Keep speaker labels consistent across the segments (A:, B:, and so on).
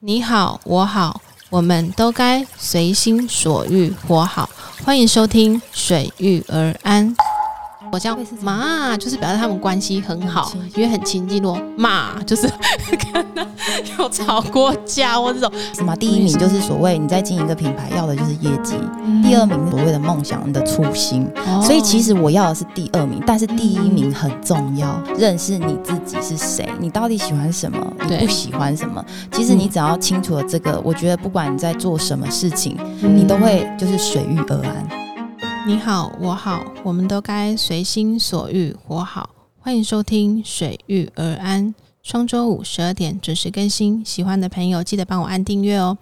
A: 你好，我好，我们都该随心所欲活好。欢迎收听《水遇而安》。我叫妈，就是表示他们关系很好，因为很亲近咯。妈就是 可能有吵过架或这种。
B: 什么？第一名就是所谓你在经营一个品牌要的就是业绩，第二名是所谓的梦想、你的初心。
A: 嗯哦，嗯
B: 所以其实我要的是第二名，但是第一名很重要。认识你自己是谁，你到底喜欢什么，
A: 对嗯
B: 你不喜欢什么。其实你只要清楚了这个，我觉得不管你在做什么事情，
A: 哦嗯
B: 你都会就是随遇而安。
A: 你好，我好，我们都该随心所欲活好。欢迎收听《水遇而安》，双周五十二点准时更新。喜欢的朋友记得帮我按订阅哦。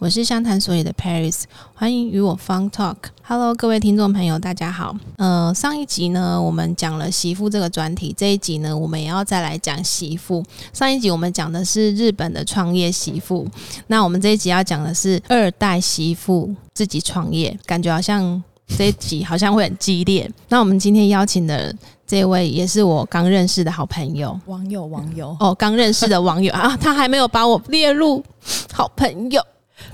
A: 我是湘潭所里的 Paris，欢迎与我 Fun Talk。Hello，各位听众朋友，大家好。呃，上一集呢，我们讲了媳妇这个专题，这一集呢，我们也要再来讲媳妇。上一集我们讲的是日本的创业媳妇，那我们这一集要讲的是二代媳妇自己创业，感觉好像这一集好像会很激烈。那我们今天邀请的这位也是我刚认识的好朋友
C: 网友，网友，
A: 哦，刚认识的网友啊，他还没有把我列入好朋友。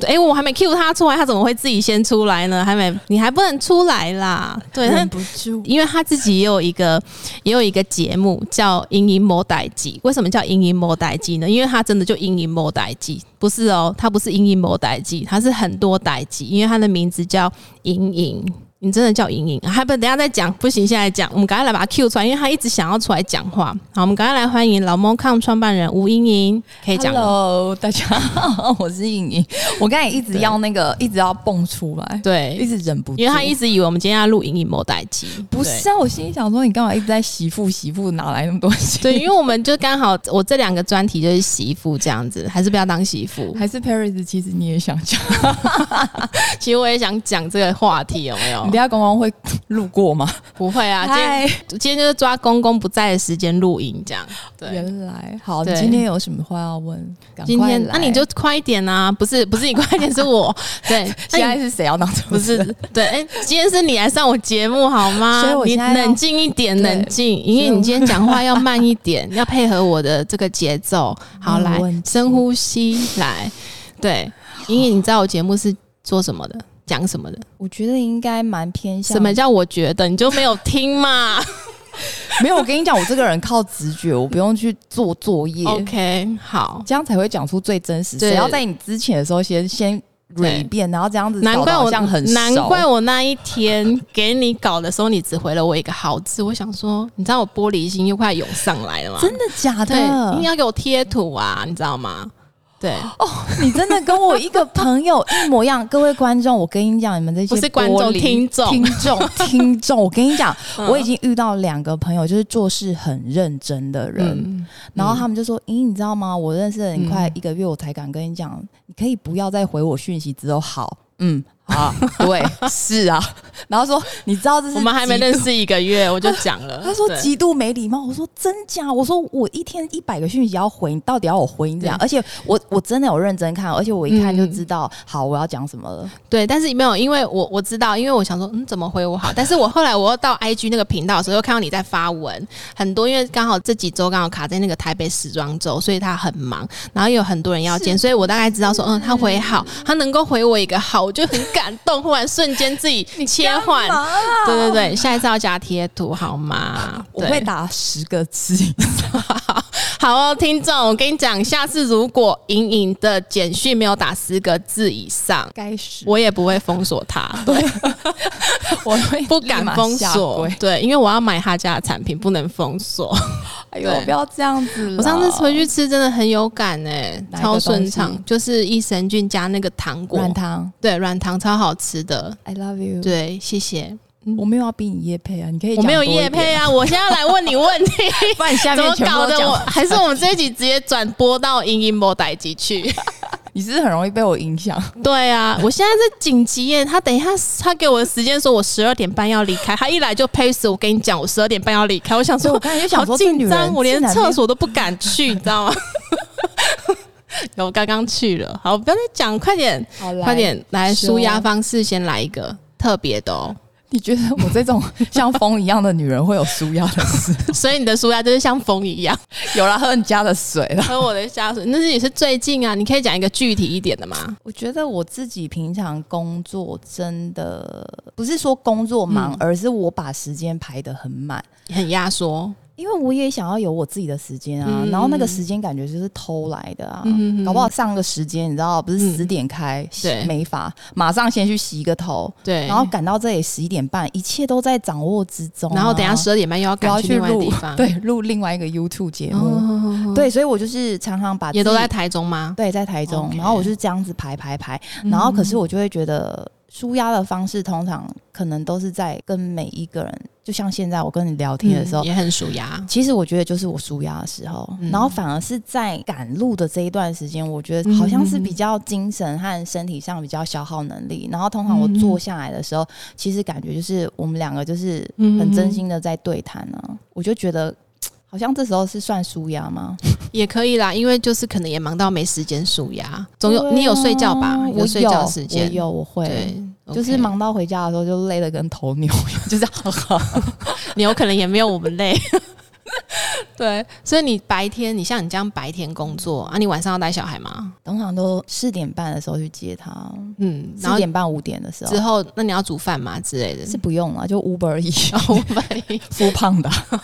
A: 哎、我还没 cue 他出来，他怎么会自己先出来呢？还没，你还不能出来啦。对，他
C: 忍不住，
A: 因为他自己也有一个也有一个节目叫《英音莫代记》。为什么叫《英音莫代记》呢？因为他真的就《英音莫代记》，不是哦，他不是《英音莫代记》，他是很多代记，因为他的名字叫莹莹。你真的叫莹莹，还不等一下再讲，不行，现在讲，我们赶快来把他 Q 出来，因为他一直想要出来讲话。好，我们赶快来欢迎老猫康创办人吴莹莹，可以讲了。
C: Hello，大家好，我是颖颖。我刚才一直要那个，一直要蹦出来，一
A: 对，
C: 直忍不住。
A: 因为他一直以为我们今天要录《莹莹莫代记》，
C: 不
A: 对
C: 是啊，我心里想说，你干嘛一直在媳妇媳妇，哪来那么多媳妇？
A: 对，因为我们就刚好我这两个专题就是媳妇这样子，还是不要当媳妇。
C: 还是 Paris，其实你也想讲，
A: 其实我也想讲这个话题，有没有
C: 你等？下公公会路过吗？
A: 不会啊，今天
C: 嗨，
A: 今天就是抓公公不在的时间录音，这样。对，
C: 原来好，你
A: 对
C: 今天有什么话要问？赶
A: 今
C: 快
A: 天
C: 来
A: 那你就快一点啊！不是不是你快一点，是 我。对，那
C: 现
A: 你
C: 在是谁要当主
A: 不
C: 持
A: 是
C: 人？
A: 对，哎、今天是你来上我节目好吗？
C: 所以我
A: 你
C: 现在要
A: 冷静一点，
C: 对
A: 冷静，因为
C: 所以
A: 你
C: 我
A: 今天讲话要慢一点， 要配合我的这个节奏。好，
C: 没有
A: 来
C: 问题
A: 深呼吸，来，对，因为你知道我节目是做什么的，讲什么的？
C: 我觉得应该蛮偏向
A: 什么叫我觉得你就没有听嘛
C: 没有。我跟你讲，我这个人靠直觉，我不用去做作业。
A: ？OK，好，
C: 这样才会讲出最真实。
A: 哦对
C: 谁要在你之前的时候先先
A: 对
C: re 一遍，然后这样子搞
A: 难
C: 得
A: 怪我
C: 好像很熟
A: 难怪我那一天给你搞的时候，你只回了我一个好字。我想说，你知道我玻璃心又快涌上来了吗？
C: 真的假
A: 对，你
C: 的？
A: 要给我贴图啊，你知道吗？对，
C: 你真的跟我一个朋友一模一样。各位观众，我跟你讲，你们这些
A: 不是观众
C: 玻璃
A: 听众
C: 听 众、听众，我跟你讲，
A: 嗯
C: 我已经遇到两个朋友，就是做事很认真的人，
A: 嗯
C: 然后他们就说：“咦，你知道吗？我认识了你
A: 嗯
C: 快一个月，我才敢跟你讲，你可以不要再回我讯息，只有好，嗯。” 啊，对，是啊，然后说你知道这是
A: 我们还没
C: 极
A: 认识一个月，我就讲 了。
C: 他说
A: 对
C: 极度没礼貌，我说真假？我说我一天一百个讯息要回，你到底要我回你怎样？
A: 对
C: 而且我我真的有认真看，而且我一看就
A: 嗯
C: 知道，好我要讲什么了。
A: 对，但是没有，因为我我知道，因为我想说，嗯，怎么回我好？但是我后来我又到 IG 那个频道的时候，又看到你在发文很多，因为刚好这几周刚好卡在那个台北时装周，所以他很忙，然后也有很多人要见，所以我大概知道说，嗯，他回好，他能够回我一个好，我就很感动，忽然瞬间自己切换，对对对，下一次要加贴图好吗？
C: 我会
A: 对
C: 打十个 字，
A: 好哦，听众，我跟你讲，下次如果莹莹的简讯没有打十个字以上，
C: 该死！
A: 我也不会封锁 他。
C: 我会
A: 不敢
C: 立马
A: 封
C: 下
A: 锁
C: 跪，
A: 对，因为我要买他家的产品，不能封锁。
C: 哎呦
A: 对，
C: 不要这样子啦！
A: 我上次回去吃真的很有感哎、
C: 哪一个
A: 超顺
C: 东
A: 畅，就是益生菌加那个糖果，
C: 软糖
A: 对，软糖超好吃的，
C: ，I love you。
A: 对，谢谢。
C: 我没有要逼你叶配啊，你可以
A: 我
C: 讲
A: 没有
C: 多一
A: 夜配
C: 点，
A: 啊，我现在来问你问题，
C: 不然你 下
A: 怎
C: 面
A: 么
C: 全部
A: 搞
C: 都
A: 的我？
C: 讲。
A: 还是我们这一集直接转播到英音波代集去？
C: 你是不是很容易被我影响？
A: 对啊，我现在是紧急耶，他等一下他给我的时间说我十二点半要离开，他一来就 p a 我跟你讲，我十二点半要离开，我想
C: 所
A: 说
C: 以 我刚才就想
A: 好
C: 说，这女
A: 紧张，
C: 人
A: 我连
C: 竟然没有
A: 厕所都不敢去，你知道吗？ 有，我刚刚去了。好，不要再讲，快点，
C: 好来
A: 快点来
C: 说
A: 舒压方式，先来一个特别的哦。
C: 你觉得我这种像风一样的女人会有舒压 的事？
A: 所以你的舒压就是像风一 样，
C: 有啦，喝你家的水啦。
A: 喝我的下水。那是也是最近啊，你可以讲一个具体一点的吗？
C: 我觉得我自己平常工作真的不是说工作忙，
A: 嗯
C: 而是我把时间排得很满。
A: 很压缩，
C: 因为我也想要有我自己的时间啊，
A: 嗯
C: 然后那个时间感觉就是偷来的啊，
A: 嗯哼哼
C: 搞不好上个时间你知道不
A: 嗯
C: 是十点开、
A: 对
C: 洗美发，马上先去洗个头，
A: 对。
C: 然后赶到这里十一点半，一切都在掌握之中啊、
A: 然后等一下十二点半又要
C: 我
A: 赶
C: 要
A: 去
C: 去
A: 另外
C: 录
A: 地方，，
C: 对录另外一个 YouTube 节目，
A: 哦，
C: 对，所以我就是常常把
A: 也
C: 自
A: 都
C: 己
A: 在台中吗？嗯
C: 对在台中
A: OK
C: 然后我就是这样子排排排，然后可是我就会觉得。舒压的方式通常可能都是在跟每一个人，就像现在我跟你聊天的时
A: 嗯，
C: 候
A: 也很数牙，
C: 其实我觉得就是我舒压的时候，
A: 嗯
C: 然后反而是在赶路的这一段时间，我觉得
A: 嗯
C: 好像是比较精神和身体上比较消耗能力。然后通常我
A: 嗯
C: 坐下来的时候，其实感觉就是我们两个就是
A: 嗯
C: 很真心的在对谈呢、啊，我就觉得。嘖好像这时候是算舒压吗？
A: 也可以啦，因为就是可能也忙到没时间数牙，总有
C: 对啊
A: 你有睡觉吧？
C: 我
A: 睡觉的时间
C: 我，有，我会，
A: 对，
C: 就是忙到回家的时候就累得跟头牛一样，就 这样。
A: OK，你有可能也没有我们累。 对，所以你白天，你像你这样白天工作啊，你晚上要带小孩吗？
C: 通常都四点半的时候去接他，
A: 嗯，然
C: 四
A: 后
C: 点半五点的时候
A: 之后，那你要煮饭吗之类的？
C: 是不用了，就 Uber 一样。
A: 哦，我白
C: 复胖 的啊、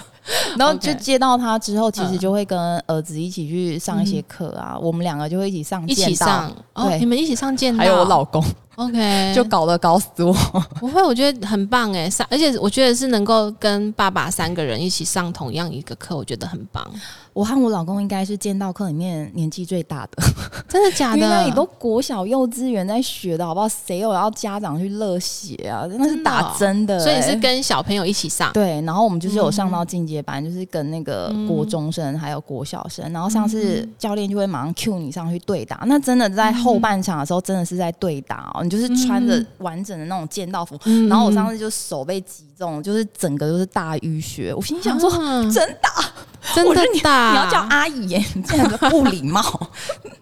C: 然后
A: OK
C: 就接到他之后，其实
A: 嗯
C: 就会跟儿子一起去上一些课啊，我们两个就会一起上，
A: 一起上，哦，
C: 对
A: 你们一起上剑道，
C: 还有我老公，
A: OK，
C: 就搞得搞死我。
A: 不会，我觉得很棒哎，三，而且我觉得是能够跟爸爸三个人一起上同样一个课，我觉得很棒，
C: 我和我老公应该是剑道课里面年纪最大的，
A: 真的假
C: 因为
A: 的？
C: 那里都国小、幼稚园在学的，好不好？谁有要家长去热血啊？那是
A: 真的哦
C: 打针的欸、
A: 所以你是跟小朋友一起上，
C: 对，然后我们就是有上到嗯进阶班，就是跟那个国中生还有国小生，然后上次嗯教练就会马上 cue 你上去对打，那真的在后半场的时候真的是在对打哦，你就是穿着完整的那种剑道服，
A: 嗯
C: 然后我上次就手被击中，就是整个都是大淤血，我心想说。
A: 啊
C: 真打，
A: 真
C: 我
A: 的
C: 说
A: 大，
C: 你要叫阿姨耶、你这样子不礼 貌。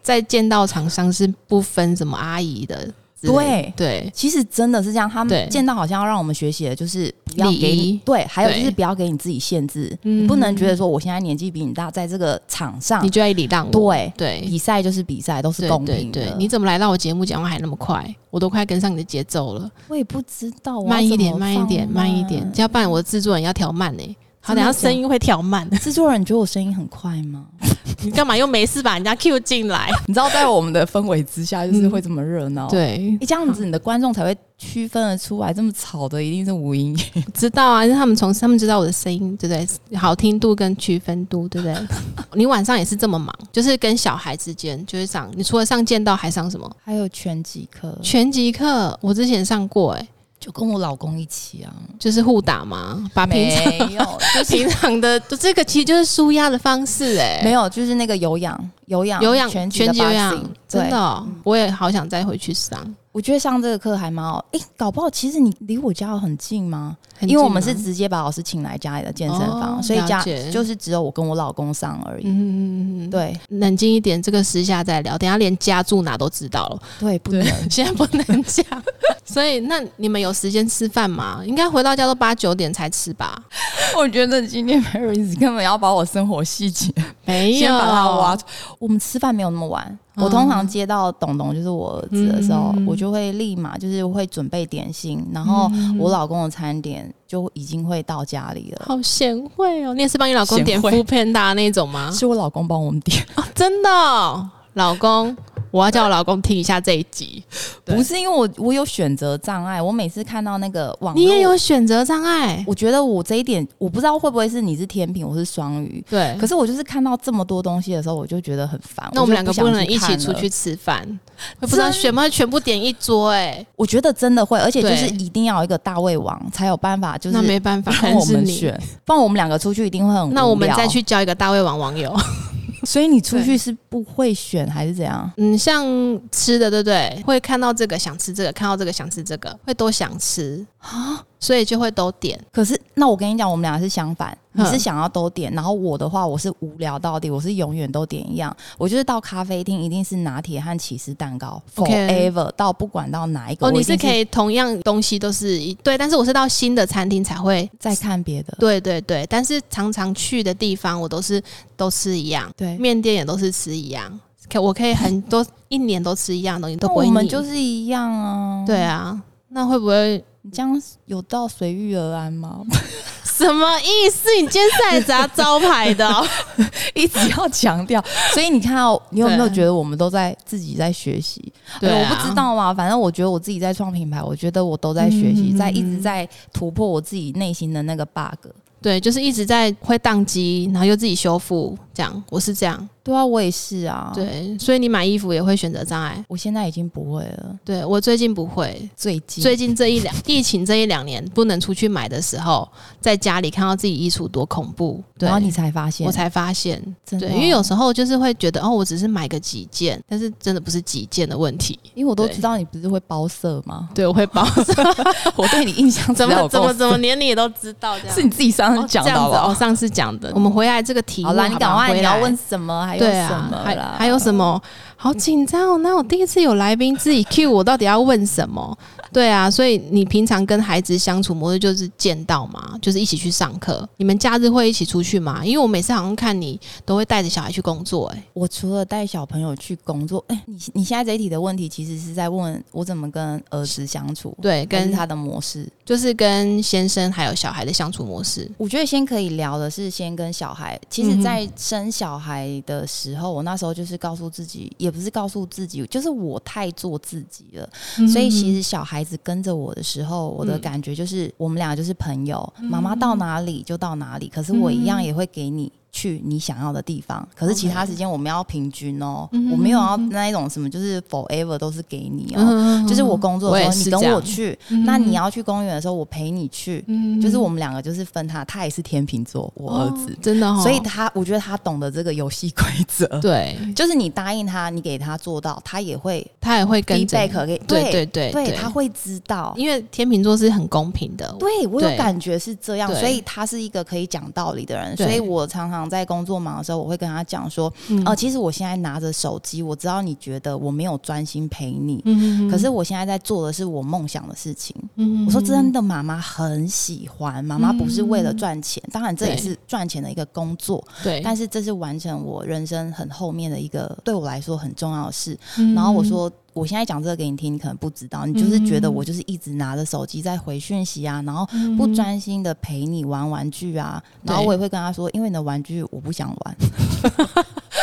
A: 在剑道场上是不分什么阿姨的之类的，对
C: 其实真的是这样，他
A: 对
C: 们剑道好像要让我们学习的就是不要
A: 礼
C: 给
A: 仪
C: 你对，还有就
A: 对
C: 是不要给你自己限制，
A: 嗯
C: 你不能觉得说我现在年纪比你大，在这个场上
A: 你就要礼让我，
C: 对，
A: 对
C: 比赛就是比赛，都是
A: 对
C: 公
A: 对
C: 平的。
A: 对，你怎么来到我节目讲话还那么快？我都快跟上你的节奏了，
C: 我也不知道，哦我要
A: 慢一点，
C: 怎么
A: 慢一点，
C: 放啊
A: 慢一点，。要不然我制作人要调慢呢。好，
C: 真的
A: 等下
C: 假的
A: 声音会调慢。
C: 制作人，你觉得我声音很快吗？
A: 你干嘛又没事把人家 Q 进来？
C: 你知道，在我们的氛围之下，就是会这么热
A: 哦
C: 闹。，
A: 对，
C: 你这样子，你的观众才会区分得出来，这么吵的一定是无音。
A: 知道啊，因为他们从他们知道我的声音，对不对？好听度跟区分度，对不 对？你晚上也是这么忙，就是跟小孩之间，就是上，你除了上剑道还上什么？
C: 还有拳击课，
A: 拳击课我之前上过、欸，
C: 就跟我老公一起啊，
A: 就是互打嘛，把平常
C: 没有， 就是
A: 平常的这个其实就是舒压的方式、欸，
C: 没有，就是那个有氧，有氧，
A: 有氧
C: 拳击
A: 击
C: 的
A: 有氧
C: boxing，，
A: 真
C: 对
A: 的哦、我也好想再回去上，
C: 我觉得上这个课还蛮好。诶，搞不好其实你离我家很近吗？
A: 很
C: 因为我们
A: 近啊
C: 是
A: 吗
C: 直接把老师请来家里的健身房，
A: 哦
C: 所以
A: 了
C: 家
A: 解
C: 就是只有我跟我老公上而已。
A: 嗯嗯嗯嗯，嗯，
C: 对
A: 冷静一点，这个私下再聊，等一下连家住哪都知道了。
C: 对，不能。
A: 现在不能讲。所以，那你们有时间吃饭吗？应该回到家都八九点才吃吧？
C: 我觉得今天 Paris 根本要把我生活细节
A: 没
C: 先把它挖出。我们吃饭没有那么晚，
A: 嗯
C: 我通常接到董董就是我儿子的时候，
A: 嗯嗯
C: 我就会立马就是会准备点心，然后我老公的餐点就已经会到家里了。
A: 好贤惠哦！你也是帮你老公点
C: 贤惠
A: f o o p a n d a 那种 吗？
C: 是我老公帮我们点，
A: 哦真的哦、老公，我要叫我老公听一下这一集。 对
C: 不是因为我我有选择障碍，我每次看到那个网络，
A: 你也有选择障碍，
C: 哦我觉得我这一点，我不知道会不会是你是天平，我是双鱼。
A: 对
C: 可。是我就是看到这么多东西的时候，我就觉得很烦。
A: 哎那我们两个
C: 就不
A: 不
C: 想
A: 能一起
C: 看
A: 出
C: 了
A: 去吃饭，会不知道
C: 真
A: 选不全部点一桌哎、
C: 我觉得真的会，而且就是
A: 对
C: 一定要有一个大胃王才有办法，就是
A: 那 没办法，可
C: 让
A: 能
C: 我
A: 是
C: 们
A: 你。
C: 选，不然我们两个出去一定会很无聊
A: 那我们再。去叫一个大胃王网友，
C: 所以你出去是不会选还是怎样？
A: 嗯，像吃的，对不对？会看到这个想吃这个，看到这个想吃这个，会都想吃。啊，所以就会都点。
C: 可是，那我跟你讲，我们俩是相反。你是
A: 嗯
C: 想要都点，然后我的话，我是无聊到底，我是永远都点一样。我就是到咖啡厅，一定是拿铁和起司蛋糕
A: OK
C: forever，到不管到哪一个，
A: 哦，
C: 我
A: 你
C: 一定
A: 是
C: 是
A: 可以同样东西都是一对，但是我是到新的餐厅才会。
C: 再看别的。
A: 对对对，但是常常去的地方我都是都吃一样，
C: 对，
A: 面店也都是吃一样，可我可以很多一年都吃一样的东西都
C: 那
A: 不
C: 哦我
A: 会腻。
C: 们就是一样啊。
A: 对，啊，那会不会
C: 你这样有到随遇而安吗？
A: 什么意思？你今天是来砸招牌的哦、
C: 一直要强调，所以你看哦，你有没有
A: 对
C: 觉得我们都在自己在学习？
A: 对啊、
C: 哎我不知道嘛，反正我觉得我自己在创品牌，我觉得我都在学习，
A: 嗯
C: 在一直在突破我自己内心的那个 bug。
A: 对，就是一直在会宕机，然后又自己修复，这样我是这样。
C: 对啊，我也是啊。，
A: 对，所以你买衣服也会选择障碍。
C: 我现在已经不会了。
A: 对我最近不会，
C: 最近
A: 最近这一两 疫情这一两年不能出去买的时候，在家里看到自己衣橱多恐怖，对，
C: 然后你才发现，
A: 我才发现，
C: 真的
A: 对，
C: 哦
A: 因为有时候就是会觉得哦，我只是买个几件，但是真的不是几件的问题。
C: 因为我都
A: 对？
C: 知道你不是会包色吗
A: 对，我会包，
C: 我对你印象
A: 怎
C: 只要
A: 么
C: 有
A: 怎
C: 够
A: 么怎么，连你也都知道这样。
C: 是你自己上次讲
A: 哦这
C: 的
A: 样
C: 好
A: 子
C: 不
A: 哦，
C: 好？
A: 上次讲的。我们回来这个题目，
C: 好啦，你
A: 好
C: 赶
A: 不好
C: 快，
A: 回
C: 你
A: 来
C: 要问什么？还有
A: 对
C: 什
A: 啊，
C: 么
A: 还
C: 啦？
A: 还有什么？好紧张哦！那我第一次有来宾自 己 Q 我，到底要问什么？对啊，所以你平常跟孩子相处模式就是见到嘛，就是一起去上课。你们假日会一起出去吗？因为我每次好像看你都会带着小孩去工作、欸，
C: 我除了带小朋友去工作，哎、你你现在这一题的问题其实是在问我怎么跟儿子相处，
A: 对，
C: 跟
A: 跟
C: 他的模式。
A: 就是跟先生还有小孩的相处模式。
C: 我觉得先可以聊的是先跟小孩。其
A: 嗯
C: 实，
A: 哼
C: 在生小孩的时候，我那时候就是告诉自己，也不是告诉自己，就是我太做自己了。所以其实小孩子跟着我的时候，我的
A: 嗯
C: 感觉就是我们俩就是朋友，妈妈到哪里就到哪里，可是我一样也会给你。去你想要的地方，可是其他时间我们要平均哦，
A: 嗯哼
C: 我没有要那一种什么，就是 forever 都是给你嗯哦，
A: 嗯
C: 就是我工作
A: 我
C: 的
A: 也
C: 时候
A: 是
C: 你跟
A: 这样
C: 我去，那你，要去公园的时候我陪你去，
A: 嗯
C: 就是我们两个就是分他，他也是天秤座，我儿子，
A: 哦真的、哦，
C: 所以他我觉得他懂得这个游戏规则，
A: 对
C: 就是你答应他，你给他做到，他也会
A: 他也会跟着
C: feedback
A: 你。
C: 给
A: 对对对
C: 对，他会知道。
A: 因为天秤座是很公平的，
C: 对我有
A: 对
C: 感觉是这样，
A: 对
C: 所以他是一个可以讲道理的人，
A: 对
C: 所以我常常在工作忙的时候，我会跟他讲说，
A: 嗯
C: 哦、其实我现在拿着手机，我知道你觉得我没有专心陪你，
A: 嗯
C: 可是我现在在做的是我梦想的事情。
A: 嗯嗯
C: 我说真的，妈妈很喜欢，妈妈不是为了赚钱，当然这也是赚钱的一个工作，
A: 对，
C: 但是这是完成我人生很后面的一个对我来说很重要的事。
A: 嗯
C: 然后我，说。我现在讲这个给你听，你可能不知道，你就是觉得我就是一直拿着手机在回讯息啊，然后
A: 嗯
C: 不专心的陪你玩玩具啊，然后
A: 对
C: 我也会跟他说，因为你的玩具我不想玩，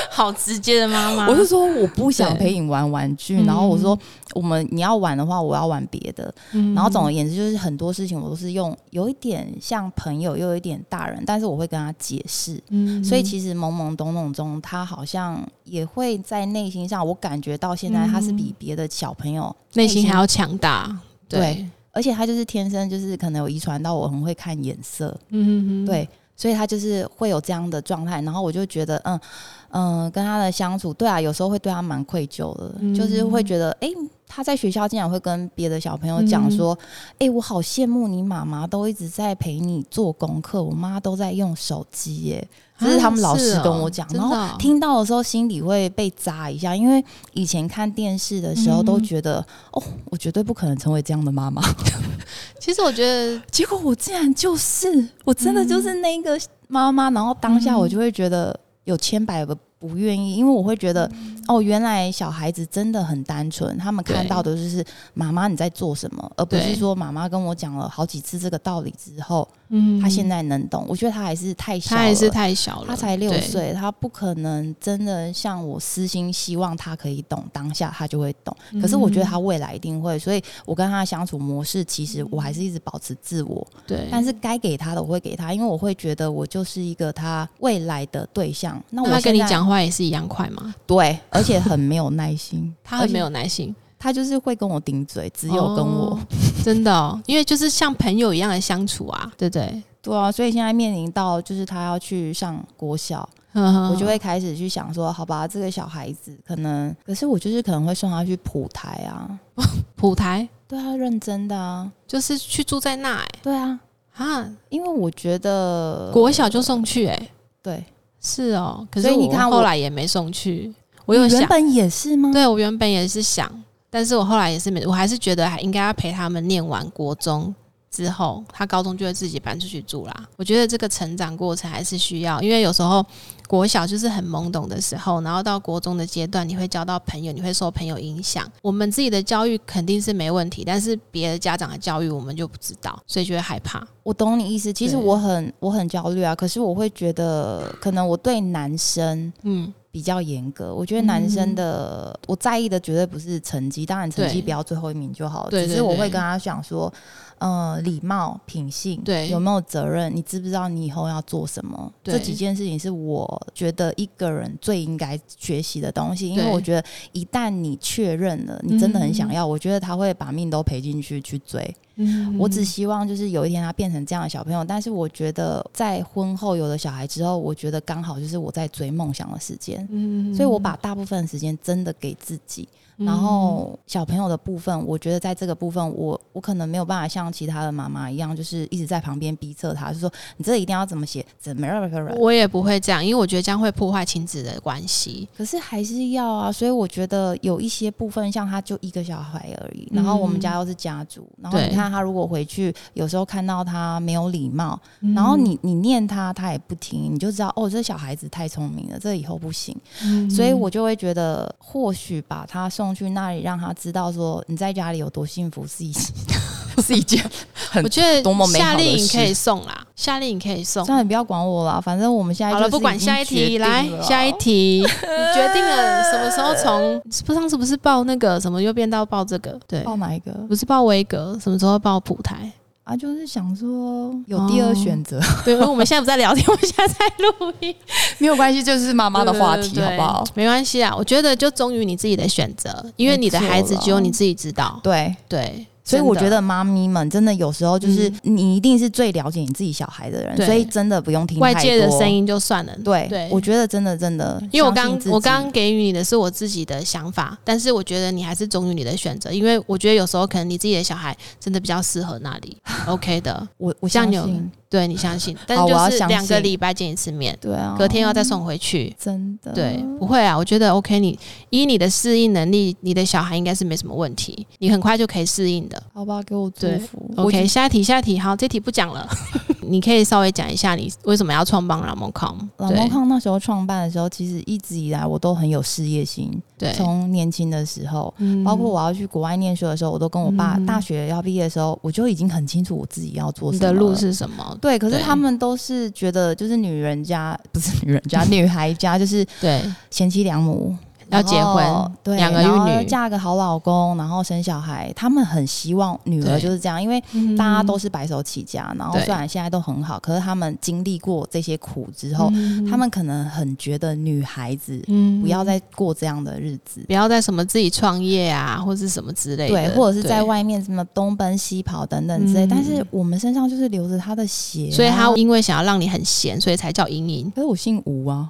A: 好直接的妈妈，
C: 我就说我不想
A: 啊对
C: 陪你玩玩具，
A: 嗯
C: 然后我说我们你要玩的话，我要玩别的，
A: 嗯，
C: 然后总而言之，就是很多事情我都是用有一点像朋友，又有一点大人，但是我会跟他解释。
A: 嗯，
C: 所以其实懵懵懂懂中，他好像也会在内心上，我感觉到现在他是
A: 嗯
C: 比别的小朋友，
A: 内心还要强大，
C: 对，而且他就是天生就是可能有遗传到我很会看眼色，
A: 嗯，
C: 对，所以他就是会有这样的状态。然后我就觉得，嗯嗯、跟他的相处，对啊，有时候会对他蛮愧疚的，就是
A: 嗯
C: 会觉得，哎、他在学校竟然会跟别的小朋友讲
A: 嗯
C: 说：“哎、我好羡慕你妈妈都一直在陪你做功课，我妈都在用手机耶。”这是他们老师跟我
A: 啊
C: 讲，
A: 哦
C: 然后
A: 后，
C: 听到的时候心里会被扎一下，因为以前看电视的时候
A: 嗯
C: 都觉得，哦，我绝对不可能成为这样的妈妈。
A: 其实我觉得，
C: 结果我竟然就是，我真的就是
A: 嗯
C: 那个妈妈，然后当下我就会觉得有千百个不愿意，因为我会觉得，
A: 嗯
C: 哦，原来小孩子真的很单纯，他们看
A: 对
C: 到的就是妈妈你在做什么，而不
A: 对
C: 是说妈妈跟我讲了好几次这个道理之后，
A: 嗯
C: 他现在能懂。我觉得他还是太小
A: 他
C: 了，
A: 还是太小了，
C: 他才六
A: 对，
C: 岁，他不可能真的像我私心希望他可以懂，当下他就会懂。
A: 嗯
C: 可是我觉得他未来一定会，所以我跟他的相处模式，其实我还是一直保持自我，
A: 对，
C: 但
A: 是
C: 是该给他的我会给他，因为我会觉得我就是一个他未来的对象。那我
A: 他跟你
C: 现在
A: 讲话也是一样快嘛，
C: 对，而且很没有耐心，
A: 他很没
C: 而
A: 有耐心，
C: 且，他就是会跟我顶嘴，只有跟我。
A: 哦真的哦，因为就是像朋友一样的相处啊，对不对？
C: 对啊，所以现在面临到就是他要去上国小，
A: 我
C: 我就会开始去想说，好吧，这个小孩子可能，可是我就是可能会送他去普台啊，
A: 普台，
C: 对啊，认真的啊，
A: 就是去住在那哎、
C: 对啊，
A: 啊，
C: 因为我觉得
A: 国小就送去哎、
C: 对，
A: 是哦。可是
C: 所以你
A: 我
C: 看我
A: 后来也没送去，我有
C: 你
A: 想
C: 原，本也是吗？
A: 对我原本也是想，但是我后来也是没，我还是觉得还应该要陪他们念完国中之后，他高中就会自己搬出去住啦。我觉得这个成长过程还是需要，因为有时候国小就是很懵懂的时候，然后到国中的阶段，你会交到朋友，你会受朋友影响。我们自己的教育肯定是没问题，但是别的家长的教育我们就不知道，所以就会害怕。
C: 我懂你意思。其实
A: 对
C: 我很我很焦虑啊，可是我会觉得，可能我对男生
A: 嗯，
C: 比较严格。我觉得男生的、我在意的绝对不是成绩，当然成绩
A: 对
C: 不要最后一名就好了。
A: 对
C: 只
A: 对
C: 是我
A: 对
C: 会跟他讲说，呃，礼貌、品性，
A: 对
C: 有没有责任，你知不知道你以后要做什么？
A: 对
C: 这几件事情是我觉得一个人最应该学习的东西，因为
A: 对
C: 我觉得一旦你确认了，你真的很想
A: 嗯
C: 要，我觉得他会把命都赔进去去追。
A: 嗯
C: 我只希望就是有一天他变成这样的小朋友，但是我觉得在婚后有了小孩之后，我觉得刚好就是我在追梦想的时间，
A: 嗯
C: 所以我把大部分的时间真的给自己，
A: 嗯
C: 然后小朋友的部分，我觉得在这个部分，我我可能没有办法像其他的妈妈一样，就是一直在旁边逼测他，就说你这一定要怎么写，怎么样。
A: 我也不会这样，因为我觉得这样会破坏亲子的关系。
C: 可是还是要啊，所以我觉得有一些部分，像他就一个小孩而已，然后我们家又是家族，然
A: 嗯
C: 后
A: 对
C: 你看他如果回去，有时候看到他没有礼貌，然
A: 嗯
C: 后你你念他，他也不听，你就知道哦，这小孩子太聪明了，这以后不行。
A: 嗯，
C: 所以我就会觉得，或许把他送去那里，让他知道说你在家里有多幸福是一 是一 件很
A: 我觉得
C: 多么美
A: 夏
C: 好的
A: 令营
C: 事
A: 可以送啦，夏令营可以送。
C: 算了，你不要管我了，反正我们现在
A: 好
C: 就
A: 了，
C: 是
A: 不管
C: 已经
A: 下一
C: 决
A: 题，
C: 定
A: 来
C: 了
A: 下一 题，你决定了什么时候从？是不上次不是报那个什么，又变到报这个？对，
C: 报哪一个
A: 不是报维格，什么时候报普台？
C: 啊？就是想说有第
A: 哦
C: 二选择，
A: 对，因为我们现在不在聊天，我们现在在录音。
C: 没有关系，就是妈妈的话题，
A: 对
C: 好不？好
A: 对对？对没关系啊，我觉得就忠于你自己的选择，因为你的
C: 没错
A: 孩子
C: 啦
A: 只有你自己知道。
C: 对。
A: 对，
C: 所以
A: 真的
C: 我觉得妈咪们真的有时候就是
A: 嗯
C: 你一定是最了解你自己小孩的人，
A: 对
C: 所以真的不用听
A: 外
C: 太
A: 界的
C: 多
A: 声。音就算了。
C: 对，
A: 对
C: 我觉得真的真的，
A: 因为我
C: 相信
A: 刚
C: 自己
A: 我刚刚给予你的是我自己的想法，但是我觉得你还是忠于你的选择，因为我觉得有时候可能你自己的小孩真的比较适合那 里，OK 的，
C: 我我
A: 像
C: 相
A: 你有
C: 信，
A: 对你相信，但
C: 好我要
A: 就是
C: 相
A: 两个
C: 信
A: 礼拜见一次面，
C: 对啊，
A: 隔天要再送回去。
C: 真的
A: 对，不会啊，我觉得 OK 你。以你的适应能力，你的小孩应该是没什么问题，你很快就可以适应的。
C: 好吧，给我祝
A: 对
C: 福。我
A: OK，
C: 已经
A: 下一题，下一题，好，这题不讲 了。你可以稍微讲一下你为什么要创办 Ramocom？
C: 老
A: 对
C: 猫康那时候创办的时候，其实一直以来我都很有事业心，
A: 对，
C: 从年轻的时候。
A: 嗯
C: 包括我要去国外念书的时候，我都跟我爸
A: 嗯
C: 大学要毕业的时候，我就已经很清楚我自己要做
A: 你
C: 什么
A: 的路
C: 了
A: 是什么？
C: 对。可是
A: 对
C: 他们都是觉得，就是女人家不是女人 家，女孩家就是
A: 对，
C: 贤妻良母，
A: 要结婚
C: 然后对，
A: 两个
C: 然
A: 玉
C: 后
A: 女
C: 嫁个好老公，然后生小孩。他们很希望女儿
A: 对
C: 就是这样，因为
A: 嗯
C: 大家都是白手起家，然后
A: 对
C: 虽然现在都很好，可是他们经历过这些苦之后，他们可能很觉得女孩子
A: 嗯
C: 不要再过这样的日子，
A: 不要再什么自己创业啊，或是什么之类的，
C: 对，或者是在
A: 对。
C: 外面什么东奔西跑等等之类。
A: 嗯
C: 但是我们身上就是流着他的血啊、
A: 所以他因为想要让你很闲，所以才叫莹莹，
C: 可是我姓吴啊，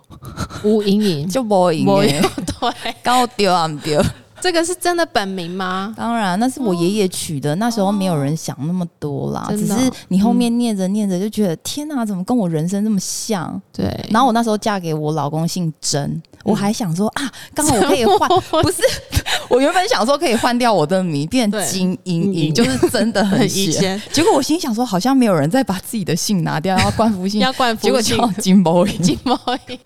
A: 吴莹 莹。
C: 就无赢
A: 没
C: 欸，
A: 对，
C: 搞丢啊丢。
A: 这个是真的本名吗？
C: 当然，那是我爷爷取的，那时候没有人想那么多啦，
A: 真
C: 只
A: 的哦
C: 是你后面念着念着就觉得、天哪、怎么跟我人生这么像？
A: 对，
C: 然后我那时候嫁给我老公姓甄，我还想说啊，刚好我可以 换，不是，我原本想说可以换掉我的名，变
A: 对
C: 金
A: 莹
C: 莹
A: 莹
C: 莹，就是真的很
A: 很以
C: 闲。
A: 前
C: 结果我心想说，好像没有人再把自己的姓拿 掉，要冠夫姓，
A: 要冠夫
C: 结果
A: 姓
C: 叫金毛 莹。
A: 金毛 银，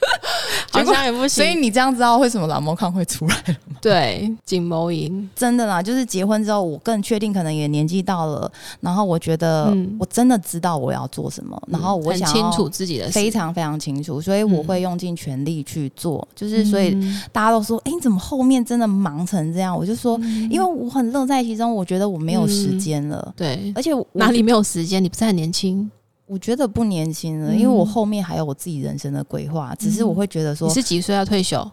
A: 好像也不
C: 所以
A: 行。
C: 你这样知道为什么蓝猫康会出来？
A: 对，金毛银，
C: 真的啦，就是结婚之后，我更确定，可能也年纪到了，然后我觉得
A: 嗯
C: 呃我真的知道我要做什么，然后我
A: 很
C: 想
A: 清
C: 要
A: 楚自己的事
C: 非常非常清楚，所以我会用尽全力去做。就是所以
A: 嗯
C: 大家都说，哎、你怎么后面真的忙成这样？我就说，
A: 嗯
C: 因为我很乐在其中，我觉得我没有时间了。
A: 对
C: 而且我
A: 嗯哪里没有时间？你不是很年轻？
C: 我觉得不年轻了，
A: 嗯
C: 因为我后面还有我自己人生的规划。只是我会觉得说
A: 你，是几岁要退休？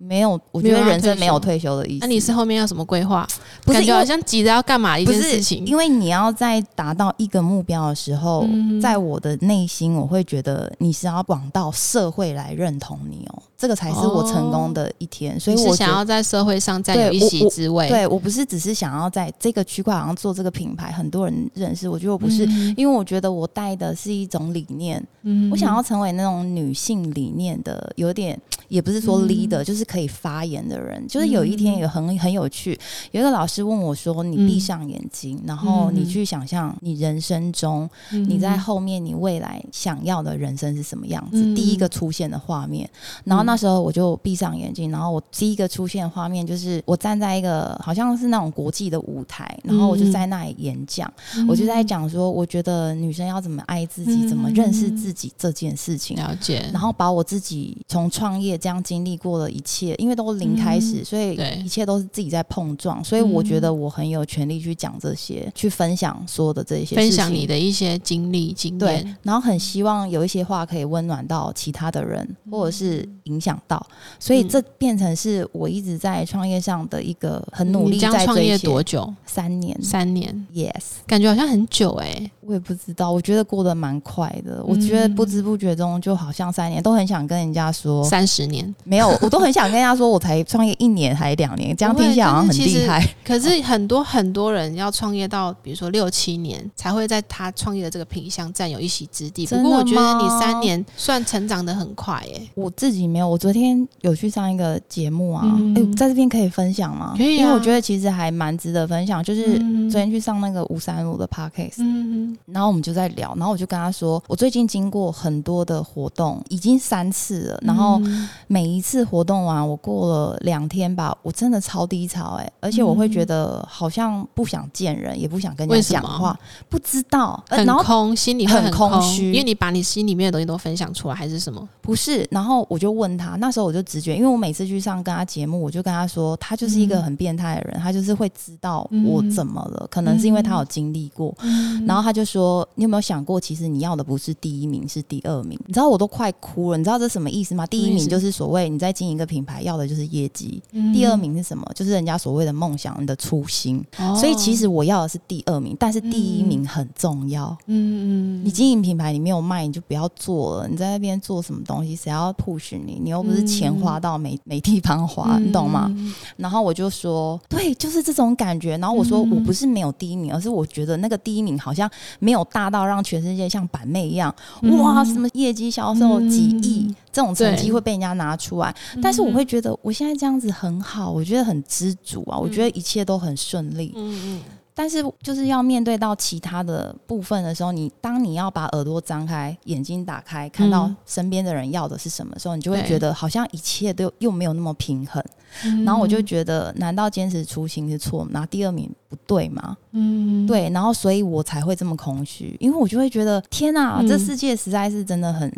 C: 没有，我
A: 没
C: 觉
A: 有
C: 得
A: 要
C: 人
A: 退
C: 生
A: 休
C: 没有退休的意思。
A: 那你是后面要什么规划？
C: 不是
A: 感
C: 因
A: 觉
C: 为
A: 好像急着要干嘛一
C: 不
A: 件
C: 是
A: 事情？
C: 因为你要在达到一个目标的时候，
A: 嗯
C: 在我的内心，我会觉得你是要广到社会来认同你哦、这个才是我成功的一天。所以
A: 哦你
C: 我
A: 是
C: 觉
A: 想
C: 得
A: 要在社会上占有
C: 对
A: 一
C: 我
A: 席
C: 我
A: 之位，
C: 对我不是只是想要在这个区块好像做这个品牌，很多人认识。我觉得我不是，
A: 嗯
C: 因为我觉得我带的是一种理念，
A: 嗯
C: 我想要成为那种女性理念的，有点也不是说
A: 嗯
C: leader，、就是可以发言的人。就是有一天也很很有趣，有一个老师问我说：“你
A: 嗯
C: 闭上眼睛，然后你去想象你人生中、
A: 嗯
C: 你在后面你未来想要的人生是什么样子。
A: 嗯
C: 第一个出现的画面，然后那时候我就闭上眼睛，然后我第一个出现的画面就是我站在一个好像是那种国际的舞台，然后我
A: 嗯
C: 就在那里演讲。我就在讲说，我觉得女生要怎么爱自己，
A: 嗯
C: 怎么认识自己这件事情。
A: 了解，
C: 然后把我自己从创业这样经历过的一切，因为都是零开始，所以
A: 嗯对嗯
C: 一切都是自己在碰撞，所以我觉得我很有权利去讲这些，去分享所有的这些
A: 分享
C: 事情
A: 你的一些经历经
C: 对
A: 验，，
C: 然后很希望有一些话可以温暖到其他的人，或者是
A: 嗯
C: 影响到，所以这变成是我一直在创业上的一个很努
A: 嗯
C: 力
A: 你这样
C: 在
A: 创
C: 追
A: 业
C: 求嗯
A: 多久？
C: 三年
A: 三年，
C: ，yes。
A: 感觉好像很久哎、
C: 我也不知道，我觉得过得蛮快
A: 嗯
C: 的。我觉得不知不觉中就好像三年，都很想跟人家说
A: 三十年。
C: 没 有，我都很想跟人家说我才创业一年还两年，这样
A: 不会
C: 听起来好像很
A: 但是其实
C: 厉害。
A: 可是很多很多人要创业到，比如说六七年，才会在他创业的这个品相占有一席之地。不
C: 真
A: 过我
C: 的
A: 觉得你
C: 吗
A: 三年算成长的很快耶、
C: 我自己没有，我昨天有去上一个节目啊，
A: 嗯
C: 诶在这边可以分享吗？
A: 可以啊
C: 因为我觉得其实还蛮值得分享。就是
A: 嗯
C: 昨天去上那个五三五的 podcast，、
A: 嗯
C: 然后我们就在聊，然后我就跟他说，我最近经过很多的活动，已经三次了，然后
A: 嗯
C: 每一次活动完，我过了两天吧，我真的超低潮哎、而且我会觉得好像不想见人，也不想跟
A: 嗯为
C: 人
A: 什
C: 家
A: 么
C: 讲话，不知道。呃
A: 很
C: 然后
A: 空，心里会
C: 很
A: 空
C: 空虚
A: 因为你把你心里面的东西都分享出来，还是什么？
C: 不是，然后我就问他，那时候我就直觉，因为我每次去上跟他节目，我就跟他说，他就是一
A: 嗯
C: 个很变态的人，他就是会知道我怎么了，可能是因为他有经历过。
A: 嗯
C: 然后他就说，你有没有想过，其实你要的不是第一名，是第二名？你知道我都快哭了，你知道这什么意思吗？第一
A: 什么意
C: 名
A: 思
C: 就是所谓你在经营一个品牌要的就是业绩，第二名是什么？就是人家所谓的梦想，你的初心。
A: 哦，
C: 所以其实我要的是第二名，但是第一名很重要。
A: 嗯，嗯嗯，
C: 你经营品牌，你没有卖，你就不要做了。你在那边做什么东西，谁要 push 你？你又不是钱花到没、没地方花，你懂吗？
A: 嗯？
C: 然后我就说，对，就是这种感觉。然后我说，
A: 嗯
C: 我不是没有第一名，而是我觉得那个第一名好像没有大到让全世界像板妹一样，
A: 嗯
C: 哇，什么业绩销售
A: 嗯
C: 几亿、这种成
A: 对
C: 绩会被人家拿出来。但
A: 嗯
C: 是我会觉得我现在这样子很好，我觉得很知足啊，我觉得一切都很顺利。
A: 嗯嗯嗯
C: 但是就是要面对到其他的部分的时候，你当你要把耳朵张开、眼睛打开，看到
A: 嗯
C: 身边的人要的是什么的时候，你就会
A: 对
C: 觉得好像一切都又没有那么平衡。
A: 嗯，
C: 然后我就觉得，难道坚持初心是错吗？拿第二名不对吗？
A: 嗯，
C: 对，然后所以我才会这么空虚，因为我就会觉得天啊，
A: 嗯
C: 这世界实在是真的很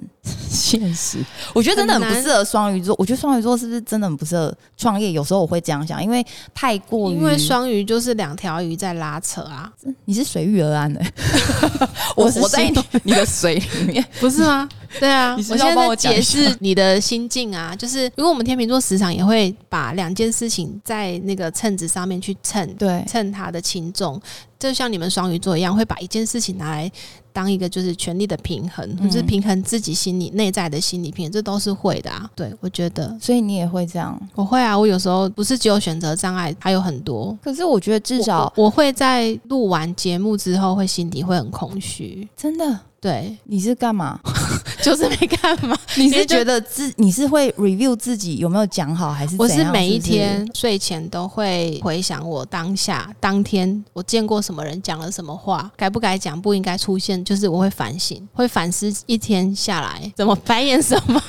C: 现实。我觉得真的
A: 很
C: 很不
A: 难
C: 适合双鱼座。我觉得双鱼座是不是真的很不适合创业？有时候我会这样想，因为太过于
A: 因为双鱼就是两条鱼在拉扯啊，
C: 你是随遇而安的、
A: 我
C: 我
A: 是
C: 活在
A: 心
C: 你你的水里面。
A: 不是吗？ 对啊，
C: 你是
A: 我
C: 不是
A: 现
C: 要帮
A: 在在
C: 我讲
A: 解
C: 一下
A: 释你的心境啊，就是因为我们天秤座时常也会把两件事情在那个秤子上面去称，
C: 对
A: 称它的轻重，就像你们双鱼座一样，会把一件事情拿来当一个就是权力的平衡，或是平衡自己心里内在的心理平衡，这都是会的啊。对，我觉得
C: 所以你也会这样。
A: 我会啊，我有时候不是只有选择障碍，还有很多。
C: 可是我觉得至少
A: 我我会在录完节目之后，会心底会很空虚，
C: 真的，
A: 对，
C: 你是干嘛？
A: 就是没干嘛。
C: 你
A: 因为
C: 是
A: 就
C: 觉得自你是会 review 自己有没有讲好，还是
A: 我
C: 怎
A: 是
C: 样
A: 每一
C: 不是
A: 天睡前都会回想我当下当天我见过什么人，讲了什么话，该不该讲，不应该出现，就是我会反省，会反思一天下来怎么白眼什 么。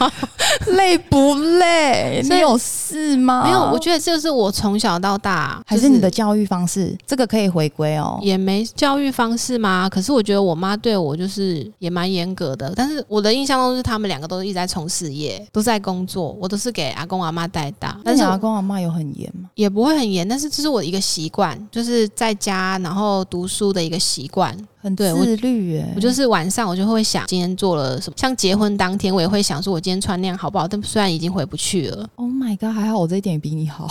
C: 累不累？
A: 所以
C: 你有事吗？
A: 没有，我觉得这是我从小到大，
C: 哦还
A: 就是
C: 你的教育方式，这个可以回归哦。
A: 也没教育方式嘛。可是我觉得我妈对我就是也蛮严格的，但是我的印象中是他们两个都一直在从事业，都在工作，我都是给阿公阿妈带大。
C: 那
A: 但
C: 你
A: 是
C: 阿公阿妈有很严吗？
A: 也不会很严，但是这是我的一个习惯，就是在家然后读书的一个习惯。
C: 很
A: 对我
C: 自律耶。
A: 我就是晚上我就会想今天做了什么，像结婚当天我也会想说，我今天穿那样好不好？但虽然已经回不去了，
C: Oh my god，还好我这一点比你好，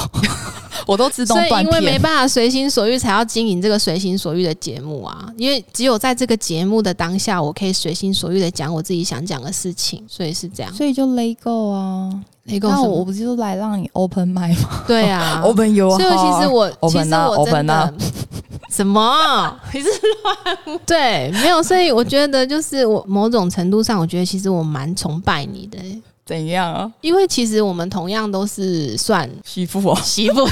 C: 我都自动
A: 所以
C: 断
A: 因为没
C: 片。
A: 办法随心所欲，才要经营这个随心所欲的节目啊。因为只有在这个节目的当下，我可以随心所欲的讲我自己想讲的事情，所以是这样。
C: 所以就 let go 啊
A: 雷公
C: 那
A: 什么，
C: 我不是就来让你 open mind 吗
A: 对 啊
C: ？open you
A: 所以其实我其
C: Open
A: 实
C: 啊
A: 我真
C: open
A: 的
C: 啊
A: 什么？ 你是乱对没有？所以我觉得就是我某种程度上，我觉得其实我蛮崇拜你的欸、
C: 怎样啊？
A: 因为其实我们同样都是算
C: 欺负我，
A: 媳 妇，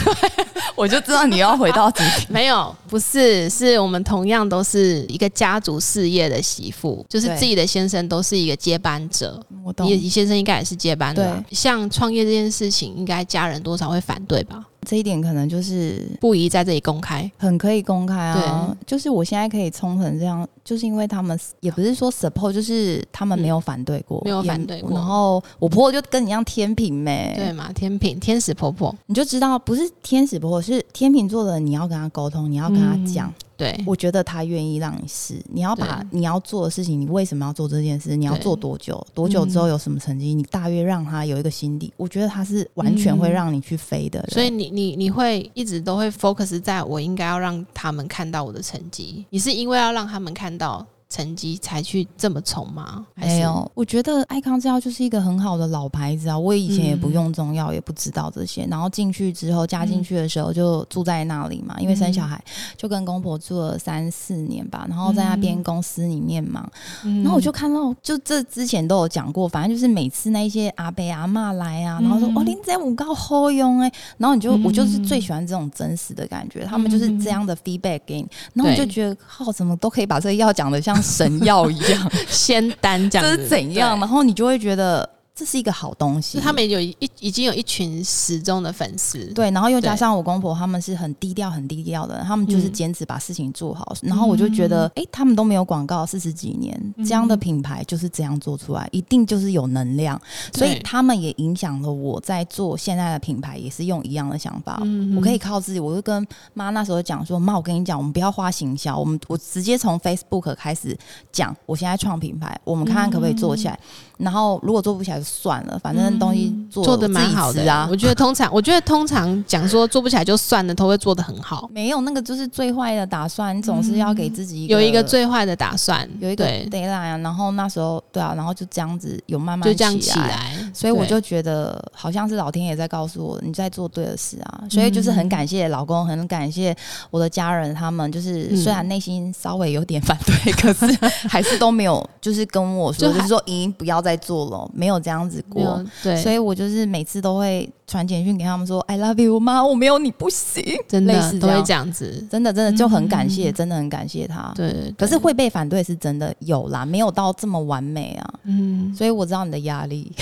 C: 我就知道你要回到主题。
A: 没有，不是，是我们同样都是一个家族事业的媳妇，就是
C: 对
A: 自己的先生都是一个接班者，
C: 我懂
A: 你。你先生应该也是接班的吧。像创业这件事情，应该家人多少会反对吧？
C: 这一点可能就是
A: 不宜在这里公开。
C: 很可以公开啊，就是我现在可以冲成这样，就是因为他们也不是说 support，就是他们没有反对过，
A: 嗯没有
C: 也
A: 反对过
C: 然后我婆婆就跟你一样天平呗、
A: 对嘛？天平天使婆婆，
C: 你就知道不是天使婆婆，是天秤座的人，你要跟他沟通，你要跟他
A: 嗯
C: 讲，
A: 对
C: 我觉得他愿意让你试，你要把
A: 对
C: 你要做的事情，你为什么要做这件事，你要
A: 对
C: 做多久，多久之后有什么成绩，你大约让他有一个心理，我觉得他是完全会
A: 嗯
C: 让你去飞的人，
A: 所以你你你会一直都会 focus 在我应该要让他们看到我的成绩，你是因为要让他们看到成绩才去这么冲吗？还是
C: 没，有，哎我觉得爱康制药就是一个很好的老牌子啊。我以前也不
A: 嗯
C: 用中药，也不知道这些。然后进去之后，嫁进去的时候就住在那里嘛，因为生
A: 嗯
C: 小孩就跟公婆住了三四年吧。然后在那边
A: 嗯
C: 公司里面忙，
A: 嗯
C: 然后我就看到，就这之前都有讲过，反正就是每次那一些阿伯阿嬷来啊，然后说
A: 嗯
C: 哦，林在五高好用哎，然后你就我就是
A: 嗯
C: 最喜欢这种真实的感觉，他们就是这样的 feedback 给你，然后
A: 对
C: 我就觉得靠，怎么都可以把这个药讲的像神药一样。
A: 仙丹这样
C: 这
A: 子，
C: 是怎样？
A: 对
C: 然？后你就会觉得这是一个好东西。
A: 就他们有一已经有一群时钟的粉丝，
C: 对，然后又
A: 对
C: 加上我公婆他们是很低调、很低调的人，他们就是
A: 嗯
C: 坚持把事情做好。然后我就觉得，哎、他们都没有广告四十几年，这样的
A: 嗯
C: 品牌就是这样做出来，一定就是有能量。所以
A: 对
C: 他们也影响了我在做现在的品牌，也是用一样的想法。
A: 嗯
C: 啊我可以靠自己，我就跟妈那时候讲说，妈，我跟你讲，我们不要花行销，我们我直接从 Facebook 开始讲，我现在创品牌，我们看看可不可以做起来。然后如果做不起来就算了，反正东西做
A: 嗯做
C: 的
A: 的蛮好的
C: 啊
A: 我。觉得通常，我觉得通常讲说做不起来就算了，都会做的很好，
C: 没有那个就是最坏的打算，你总是要给自己
A: 有一个最坏的打算，
C: 有一个
A: 对，
C: deadline 啊。然后那时候对啊，然后就这样子有慢慢
A: 就这样
C: 起
A: 起来，
C: 所以我
A: 对
C: 就觉得好像是老天爷在告诉我你在做对的事啊，
A: 嗯
C: 所以就是很感谢老公，很感谢我的家人，他们就是
A: 嗯
C: 虽然内心稍微有点反对，可是 还是都没有就是跟我 说，
A: 就还
C: 就是说莹莹不要再做了，没有这样子
A: 没
C: 过
A: 有。对，
C: 所以我就是每次都会传简讯给他们说 “I love you”，妈，我没有你不行，
A: 真
C: 类
A: 的
C: 似
A: 都会
C: 这样，
A: 这样子，
C: 真的真的就很感谢，
A: 嗯
C: 真的很感谢他。
A: 对对，
C: 可
A: 对
C: 是会被反对是真的有啦，没有到这么完美啊，
A: 嗯，
C: 所以我知道你的压力。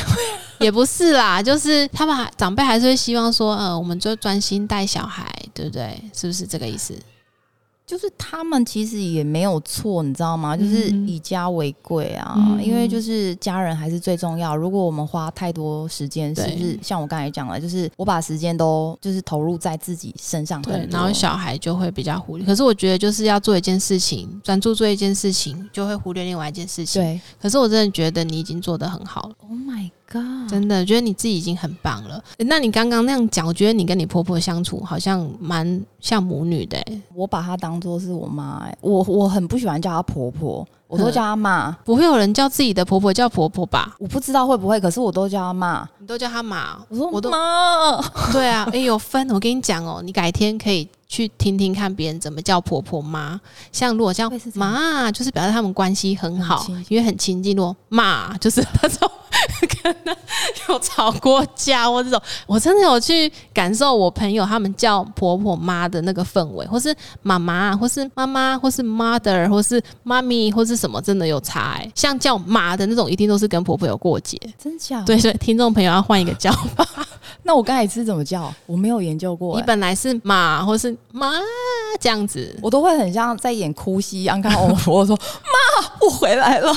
A: 也不是啦，就是他们还长辈还是会希望说，呃，我们就专心带小孩，对不对？是不是这个意思？
C: 就是他们其实也没有错，你知道吗？就是
A: 嗯
C: 以家为贵啊，
A: 嗯
C: 因为就是家人还是最重要。如果我们花太多时间，是
A: 对
C: 不是像我刚才讲了，就是我把时间都就是投入在自己身上很
A: 对
C: 多，
A: 然后小孩就会比较忽略。可是我觉得就是要做一件事情，专注做一件事情，就会忽略另外一件事情。
C: 对
A: 可是我真的觉得你已经做得很好了，
C: ，Oh my God，
A: 真的觉得你自己已经很棒了。诶那你刚刚那样讲，我觉得你跟你婆婆相处好像蛮像母女的、欸，
C: 我把她当做是我妈、欸，我我很不喜欢叫她婆婆，我都
A: 嗯
C: 叫她妈。
A: 不会有人叫自己的婆婆叫婆婆吧？
C: 我不知道会不会，可是我都叫她妈。
A: 你都叫她妈哦，
C: 我说
A: 我都
C: 妈，
A: 对啊，哎、有分。我跟你讲哦，你改天可以去听听看别人怎么叫婆婆妈。像如果像
C: 会是这样
A: 妈，就是表示他们关系很好
C: 很亲，近
A: 因为很亲近。如果骂，就是那种 可能有吵过架或这种，我真的有去感受我朋友他们叫婆婆妈的那个氛围，或是妈妈，或是妈妈，或是 mother，或是妈咪，或是什么，真的有差、欸。像叫妈的那种，一定都是跟婆婆有过节。
C: 真假？，
A: 对，所以听众朋友要换一个叫法。
C: 那我刚才是怎么叫？我没有研究过、欸
A: 你本来是妈或是妈这样 子，
C: 我都会很像在演哭戏一样，看到我婆婆说：“妈，我回来了。”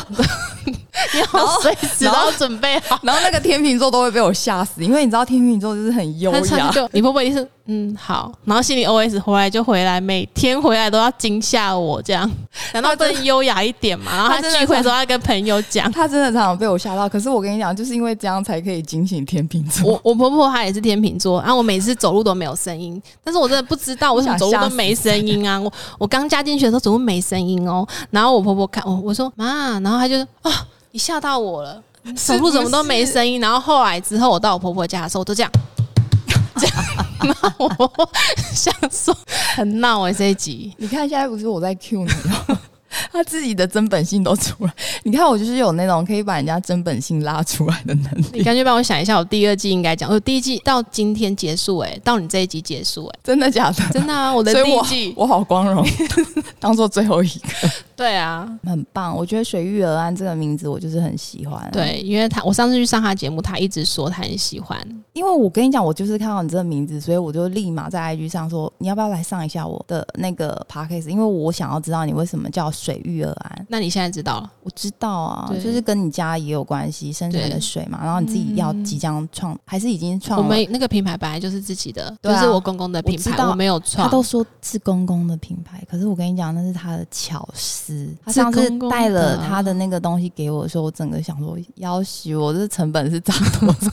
A: 你好随时都
C: 然后
A: 要准备 好。
C: 然后那个天秤座都会被我吓死，因为你知道天秤座就是很优
A: 他
C: 雅
A: 唱，就你会不会是嗯好，然后心里 OS 回来就回来，每天回来都要惊吓我这样，难道不能优雅一点嘛？然后
C: 他真
A: 他
C: 的
A: 聚会的时候要跟朋友讲，
C: 他真的常常被我吓到。可是我跟你讲，就是因为这样才可以警醒天秤座。
A: 我我婆婆她也是天秤座，然、啊、后我每次走路都没有声音，但是我真的不知道为什么走路都没声音啊！我我刚加进去的时候走路没声音哦，然后我婆婆看哦我我说妈，然后她就啊你吓到我 了，走路怎么都没声音。然后后来之后我到我婆婆家的时候我都这样。 这样，然后我婆婆想说很闹哎、这一集
C: 你看现在不是我在 Q 你吗？他自己的真本性都出来，你看我就是有那种可以把人家真本性拉出来的能
A: 你
C: 力，
A: 干脆帮我想一下，我第二季应该讲，我哦第一季到今天结束哎、到你这一集结束哎、
C: 真的假的？
A: 真的啊，我的
C: 所以
A: 第一
C: 我
A: 季
C: 我好光荣，当做最后一个，
A: 对啊，
C: 很棒。我觉得“水玉而安”这个名字我就是很喜欢，，啊
A: 对，因为他我上次去上他节目，他一直说他很喜欢。
C: 因为我跟你讲，我就是看到你这个名字，所以我就立马在 IG 上说，你要不要来上一下我的那个 podcast？因为我想要知道你为什么叫“水玉而安”。
A: 那你现在知道了，
C: 我知道啊，
A: 对
C: 就是跟你家也有关系，生产的水嘛，然后你自己要即将创，还是已经
A: 嗯
C: 创
A: 我
C: 了？
A: 们那个品牌本来就是自己的，
C: 对啊
A: 就是我公公的品
C: 我知
A: 牌，
C: 道
A: 我没有
C: 他
A: 创。
C: 都说是公公的品牌，可是我跟你讲，那是他的巧思。他
A: 是
C: 上次
A: 公公的
C: 带了他的那嗯个东西给我的时候，我整个想说，要许我这成本是涨多 少？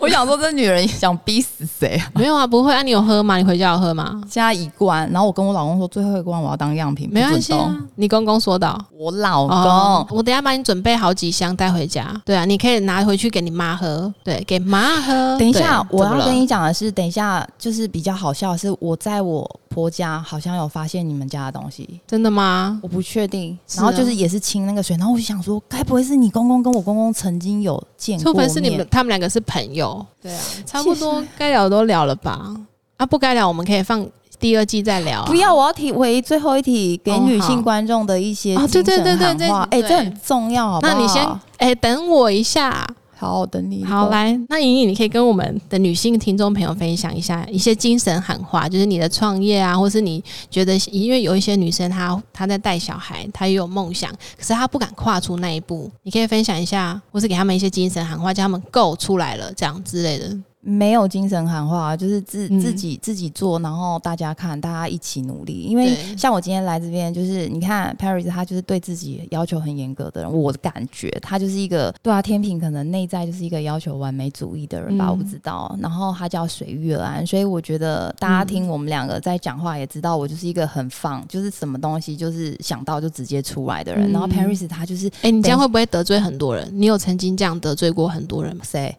C: 我想说，这女人想逼死谁啊？
A: 没有啊，不会啊，你有喝吗？你回家有喝吗？
C: 现在一罐，然后我跟我老公说，最后一罐我要当样品，
A: 没
C: 不
A: 关
C: 准
A: 系、
C: 动
A: 啊，你公公说的哦。
C: 我老公、
A: 哦，我等一下帮你准备好几箱带回家。对啊，你可以拿回去给你妈喝，对，给妈喝。
C: 等一下，
A: 对
C: 我要跟。
A: 怎么
C: 你
A: 了
C: 讲的是，等一下就是比较好笑的是，我在我婆家好像有发现你们家的东西，
A: 真的吗？
C: 我不确定。
A: 是
C: 然后
A: 啊
C: 就是也是清那个水，然后我就想说，该不会是你公公跟我公公曾经有见过
A: 除非是你
C: 面
A: 们，他们两个是朋友，对啊，差不多该聊的都聊了吧？啊，不该聊我们可以放第二季再聊、啊。
C: 不要，我要提为最后一题给
A: 哦
C: 女
A: 好
C: 性观众的一些
A: 哦对
C: 精
A: 对
C: 神
A: 对对
C: 喊
A: 对
C: 话，哎，
A: 对
C: 这很重要，好不好？
A: 那你先，哎、等我一下。
C: 好，我等你。
A: 好，，来，那莹莹，你可以跟我们的女性听众朋友分享一下一些精神喊话，就是你的创业啊，或是你觉得，因为有一些女生她她在带小孩，她也有梦想，可是她不敢跨出那一步，你可以分享一下，或是给他们一些精神喊话，叫他们够出来了，这样之类的。
C: 没有精神喊话，啊就是自、
A: 嗯
C: 自己自己做，然后大家看，大家一起努力。因为
A: 对
C: 像我今天来这边，就是你看 Paris，他就是对自己要求很严格的人，我感觉他就是一个对啊，天平可能内在就是一个要求完美主义的人吧，
A: 嗯
C: 我不知道。然后他叫随遇而安，所以我觉得大
A: 嗯
C: 家听我们两个在讲话也知道，我就是一个很放，就是什么东西就是想到就直接出来的人。
A: 嗯
C: 然后 Paris 他就是
A: 哎、你这样会不会得罪很多人？你有曾经这样得罪过很多人吗？
C: 谁？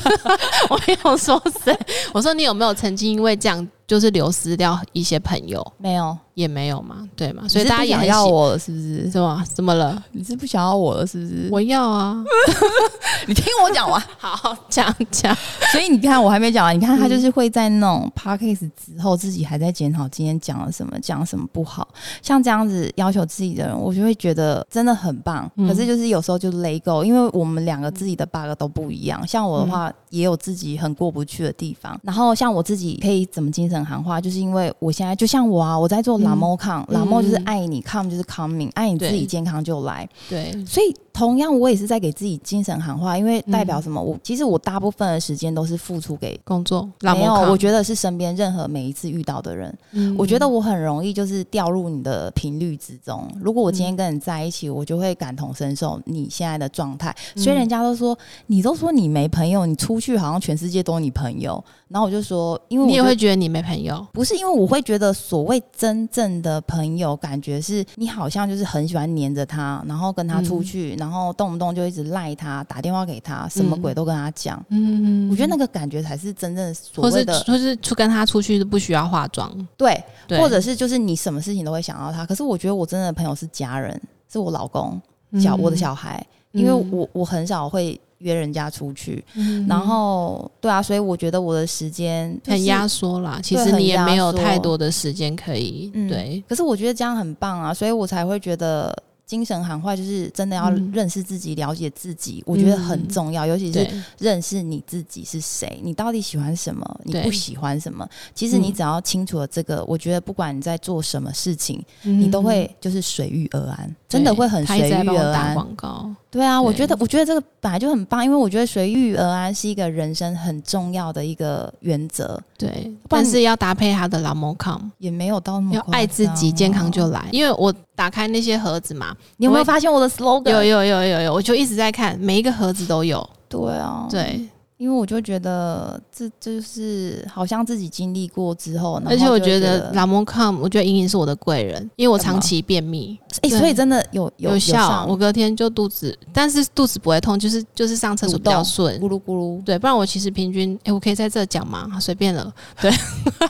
A: 我没有说谁，我说你有没有曾经因为这样就是流失掉一些朋友？
C: 没有，
A: 也没有嘛，对嘛？所以
C: 你是
A: 大
C: 不
A: 家也
C: 想
A: 很
C: 要
A: 喜
C: 我了，是不是？
A: 怎么怎么了？
C: 你是不想要我了，是不是？
A: 我要啊，
C: 你听我讲完。
A: 好讲讲，
C: 所以你看，我还没讲完。你
A: 嗯
C: 看，他就是会在那种 podcast 之后，自己还在检讨今天讲了什么，讲什么不好。像这样子要求自己的人，我就会觉得真的很棒。
A: 嗯
C: 可是就是有时候就 let go，因为我们两个自己的 bug 都不一样。像我的
A: 嗯
C: 话，也有自己很过不去的地方。然后像我自己可以怎么精神喊话，就是因为我现在就像我啊，我在做
A: 嗯
C: la mo con，la mo 就是
A: 嗯
C: 爱你，com 就是 coming，爱你自
A: 对
C: 己健康就来。
A: 对，
C: 所以同样，我也是在给自己精神喊话，因为代
A: 嗯
C: 表什么？我其实我大部分的时间都是付出给。
A: 工作老
C: 没有，
A: 摩卡
C: 我觉得是身边任何每一次遇到的人，
A: 嗯
C: 我觉得我很容易就是掉入你的频率之中。如果我今天跟你在一起，我就会感同身受你现在的状态。
A: 嗯
C: 所以人家都说，你都说你没朋友，你出去好像全世界都是你朋友。然后我就说，因为我
A: 你也
C: 就
A: 会觉得你没朋友，
C: 不是因为我会觉得所谓真正的朋友，感觉是你好像就是很喜欢黏着他，然后跟他出
A: 嗯
C: 去，然后动不动就一直赖他，打电话给他，什么鬼都跟他讲。
A: 嗯
C: 我觉得那个感觉才是真正所
A: 或
C: 谓
A: 是
C: 的
A: 或是出跟他出去不需要化妆，
C: 对，
A: 对，
C: 或者是就是你什么事情都会想到他。可是我觉得我真正的朋友是家人，是我老公、小、我的小孩，因为
A: 嗯
C: 我我很少会约人家出去，
A: 嗯
C: 然后对啊，所以我觉得我的时间、就是
A: 很压缩啦，其实
C: 很
A: 你也
C: 压
A: 没有
C: 缩
A: 太多的时间可以
C: 嗯
A: 对。
C: 可是我觉得这样很棒啊，所以我才会觉得精神喊话就是真的要
A: 嗯
C: 认识自己、了解自己，我觉得很重要，尤其是
A: 对，
C: 认识你自己是谁，你到底喜欢什么，你
A: 对
C: 不喜欢什么。其实你
A: 嗯
C: 只要清楚了这个，我觉得不管你在做什么事情，你都会就是随遇而安，真的
A: 嗯对
C: 会很
A: 他一直
C: 随
A: 在
C: 遇
A: 帮我
C: 而
A: 打
C: 安。
A: 广告，
C: 对啊，我
A: 对
C: 觉得我觉得这个本来就很棒，因为我觉得随遇而安是一个人生很重要的一个原则，
A: 对，
C: 不然
A: 但
C: 你
A: 是要搭配他的 l a m o c o m
C: 也没有到那么
A: 要
C: 夸
A: 爱自己，
C: 张
A: 健康就
C: 哦。
A: 来。因为我打开那些盒子嘛，
C: 你有
A: 我
C: 没
A: 会
C: 有发现我的 slogan？
A: 有有有有有，我就一直在看，每一个盒子都有。
C: 对啊，，
A: 对，
C: 因为我就觉得这就是好像自己经历过之后，然后
A: 而且我
C: 就
A: 觉
C: 会觉
A: 得 l a m o c o m 我觉得莹莹是我的贵人，因为我
C: 干
A: 长
C: 嘛
A: 期便秘，对
C: 哎、所以真的有有
A: 效。
C: 上
A: 我隔天就肚子，但是肚子不会痛，就是就是上厕所比较顺。
C: 咕噜咕噜，
A: 对，不然我其实平均，哎，我可以在这讲吗？随便了。对，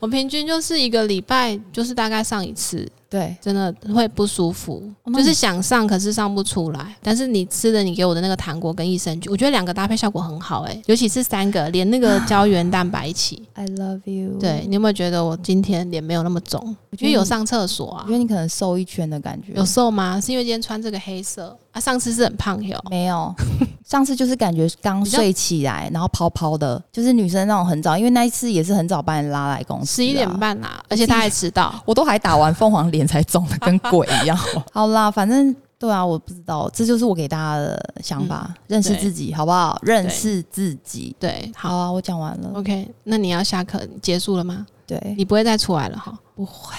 A: 我平均就是一个礼拜，就是大概上一次，
C: 对，
A: 真的会不舒服，
C: 哦那
A: 就
C: 你
A: 是想上可是上不出来。但是你吃的你给我的那个糖果跟益生菌，我觉得两个搭配效果很好、诶，尤其是三个，连那个胶原蛋白一起。
C: I love you。
A: 对，你有没有觉得我今天脸没有那么肿？
C: 我
A: 因为有，上厕所
C: 我
A: 啊
C: 觉，得你可能瘦一圈的感觉。
A: 有瘦吗？是因为今天穿这个黑色啊？上次是很胖哟。
C: 没有， 上次就是感觉刚
A: 比较
C: 睡起来，然后泡泡的，就是女生那种很早，因为那一次也是很早把你拉来公司、啊
A: 十一点，半啦，而且他还迟到。
C: 我都还打完凤凰脸才肿的跟鬼一 样。好啦，反正对啊，我不知道，这就是我给大家的想法，认识
A: 嗯对
C: 自己好不好？认识自己。
A: 对，
C: 好
A: 好
C: 啊，我讲完了。
A: ，OK，那你要下课结束了吗？
C: 对，
A: 你不会再出来了哈？不会。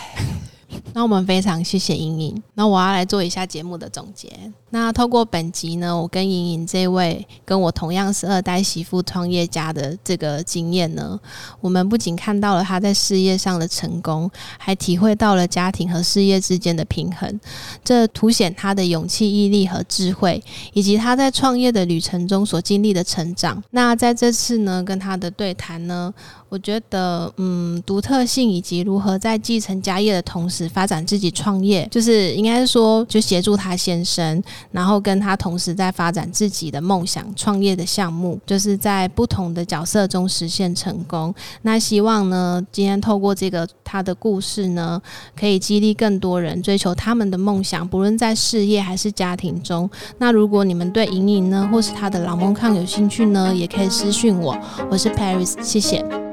A: 那我们非常谢谢莹莹。那我要来做一下节目的总结。那透过本集呢，我跟莹莹这位跟我同样是二代媳妇创业家的这个经验呢，我们不仅看到了她在事业上的成功，还体会到了家庭和事业之间的平衡。这凸显她的勇气、毅力和智慧，以及她在创业的旅程中所经历的成长。那在这次呢，跟她的对谈呢，我觉得，嗯，独特性以及如何在继承家业的同时发展自己创业，就是应该说，就协助他先生，然后跟他同时在发展自己的梦想、创业的项目，就是在不同的角色中实现成功。那希望呢，今天透过这个他的故事呢，可以激励更多人追求他们的梦想，不论在事业还是家庭中。那如果你们对莹莹呢，或是她的老梦抗有兴趣呢，也可以私讯我，我是 Paris，谢谢。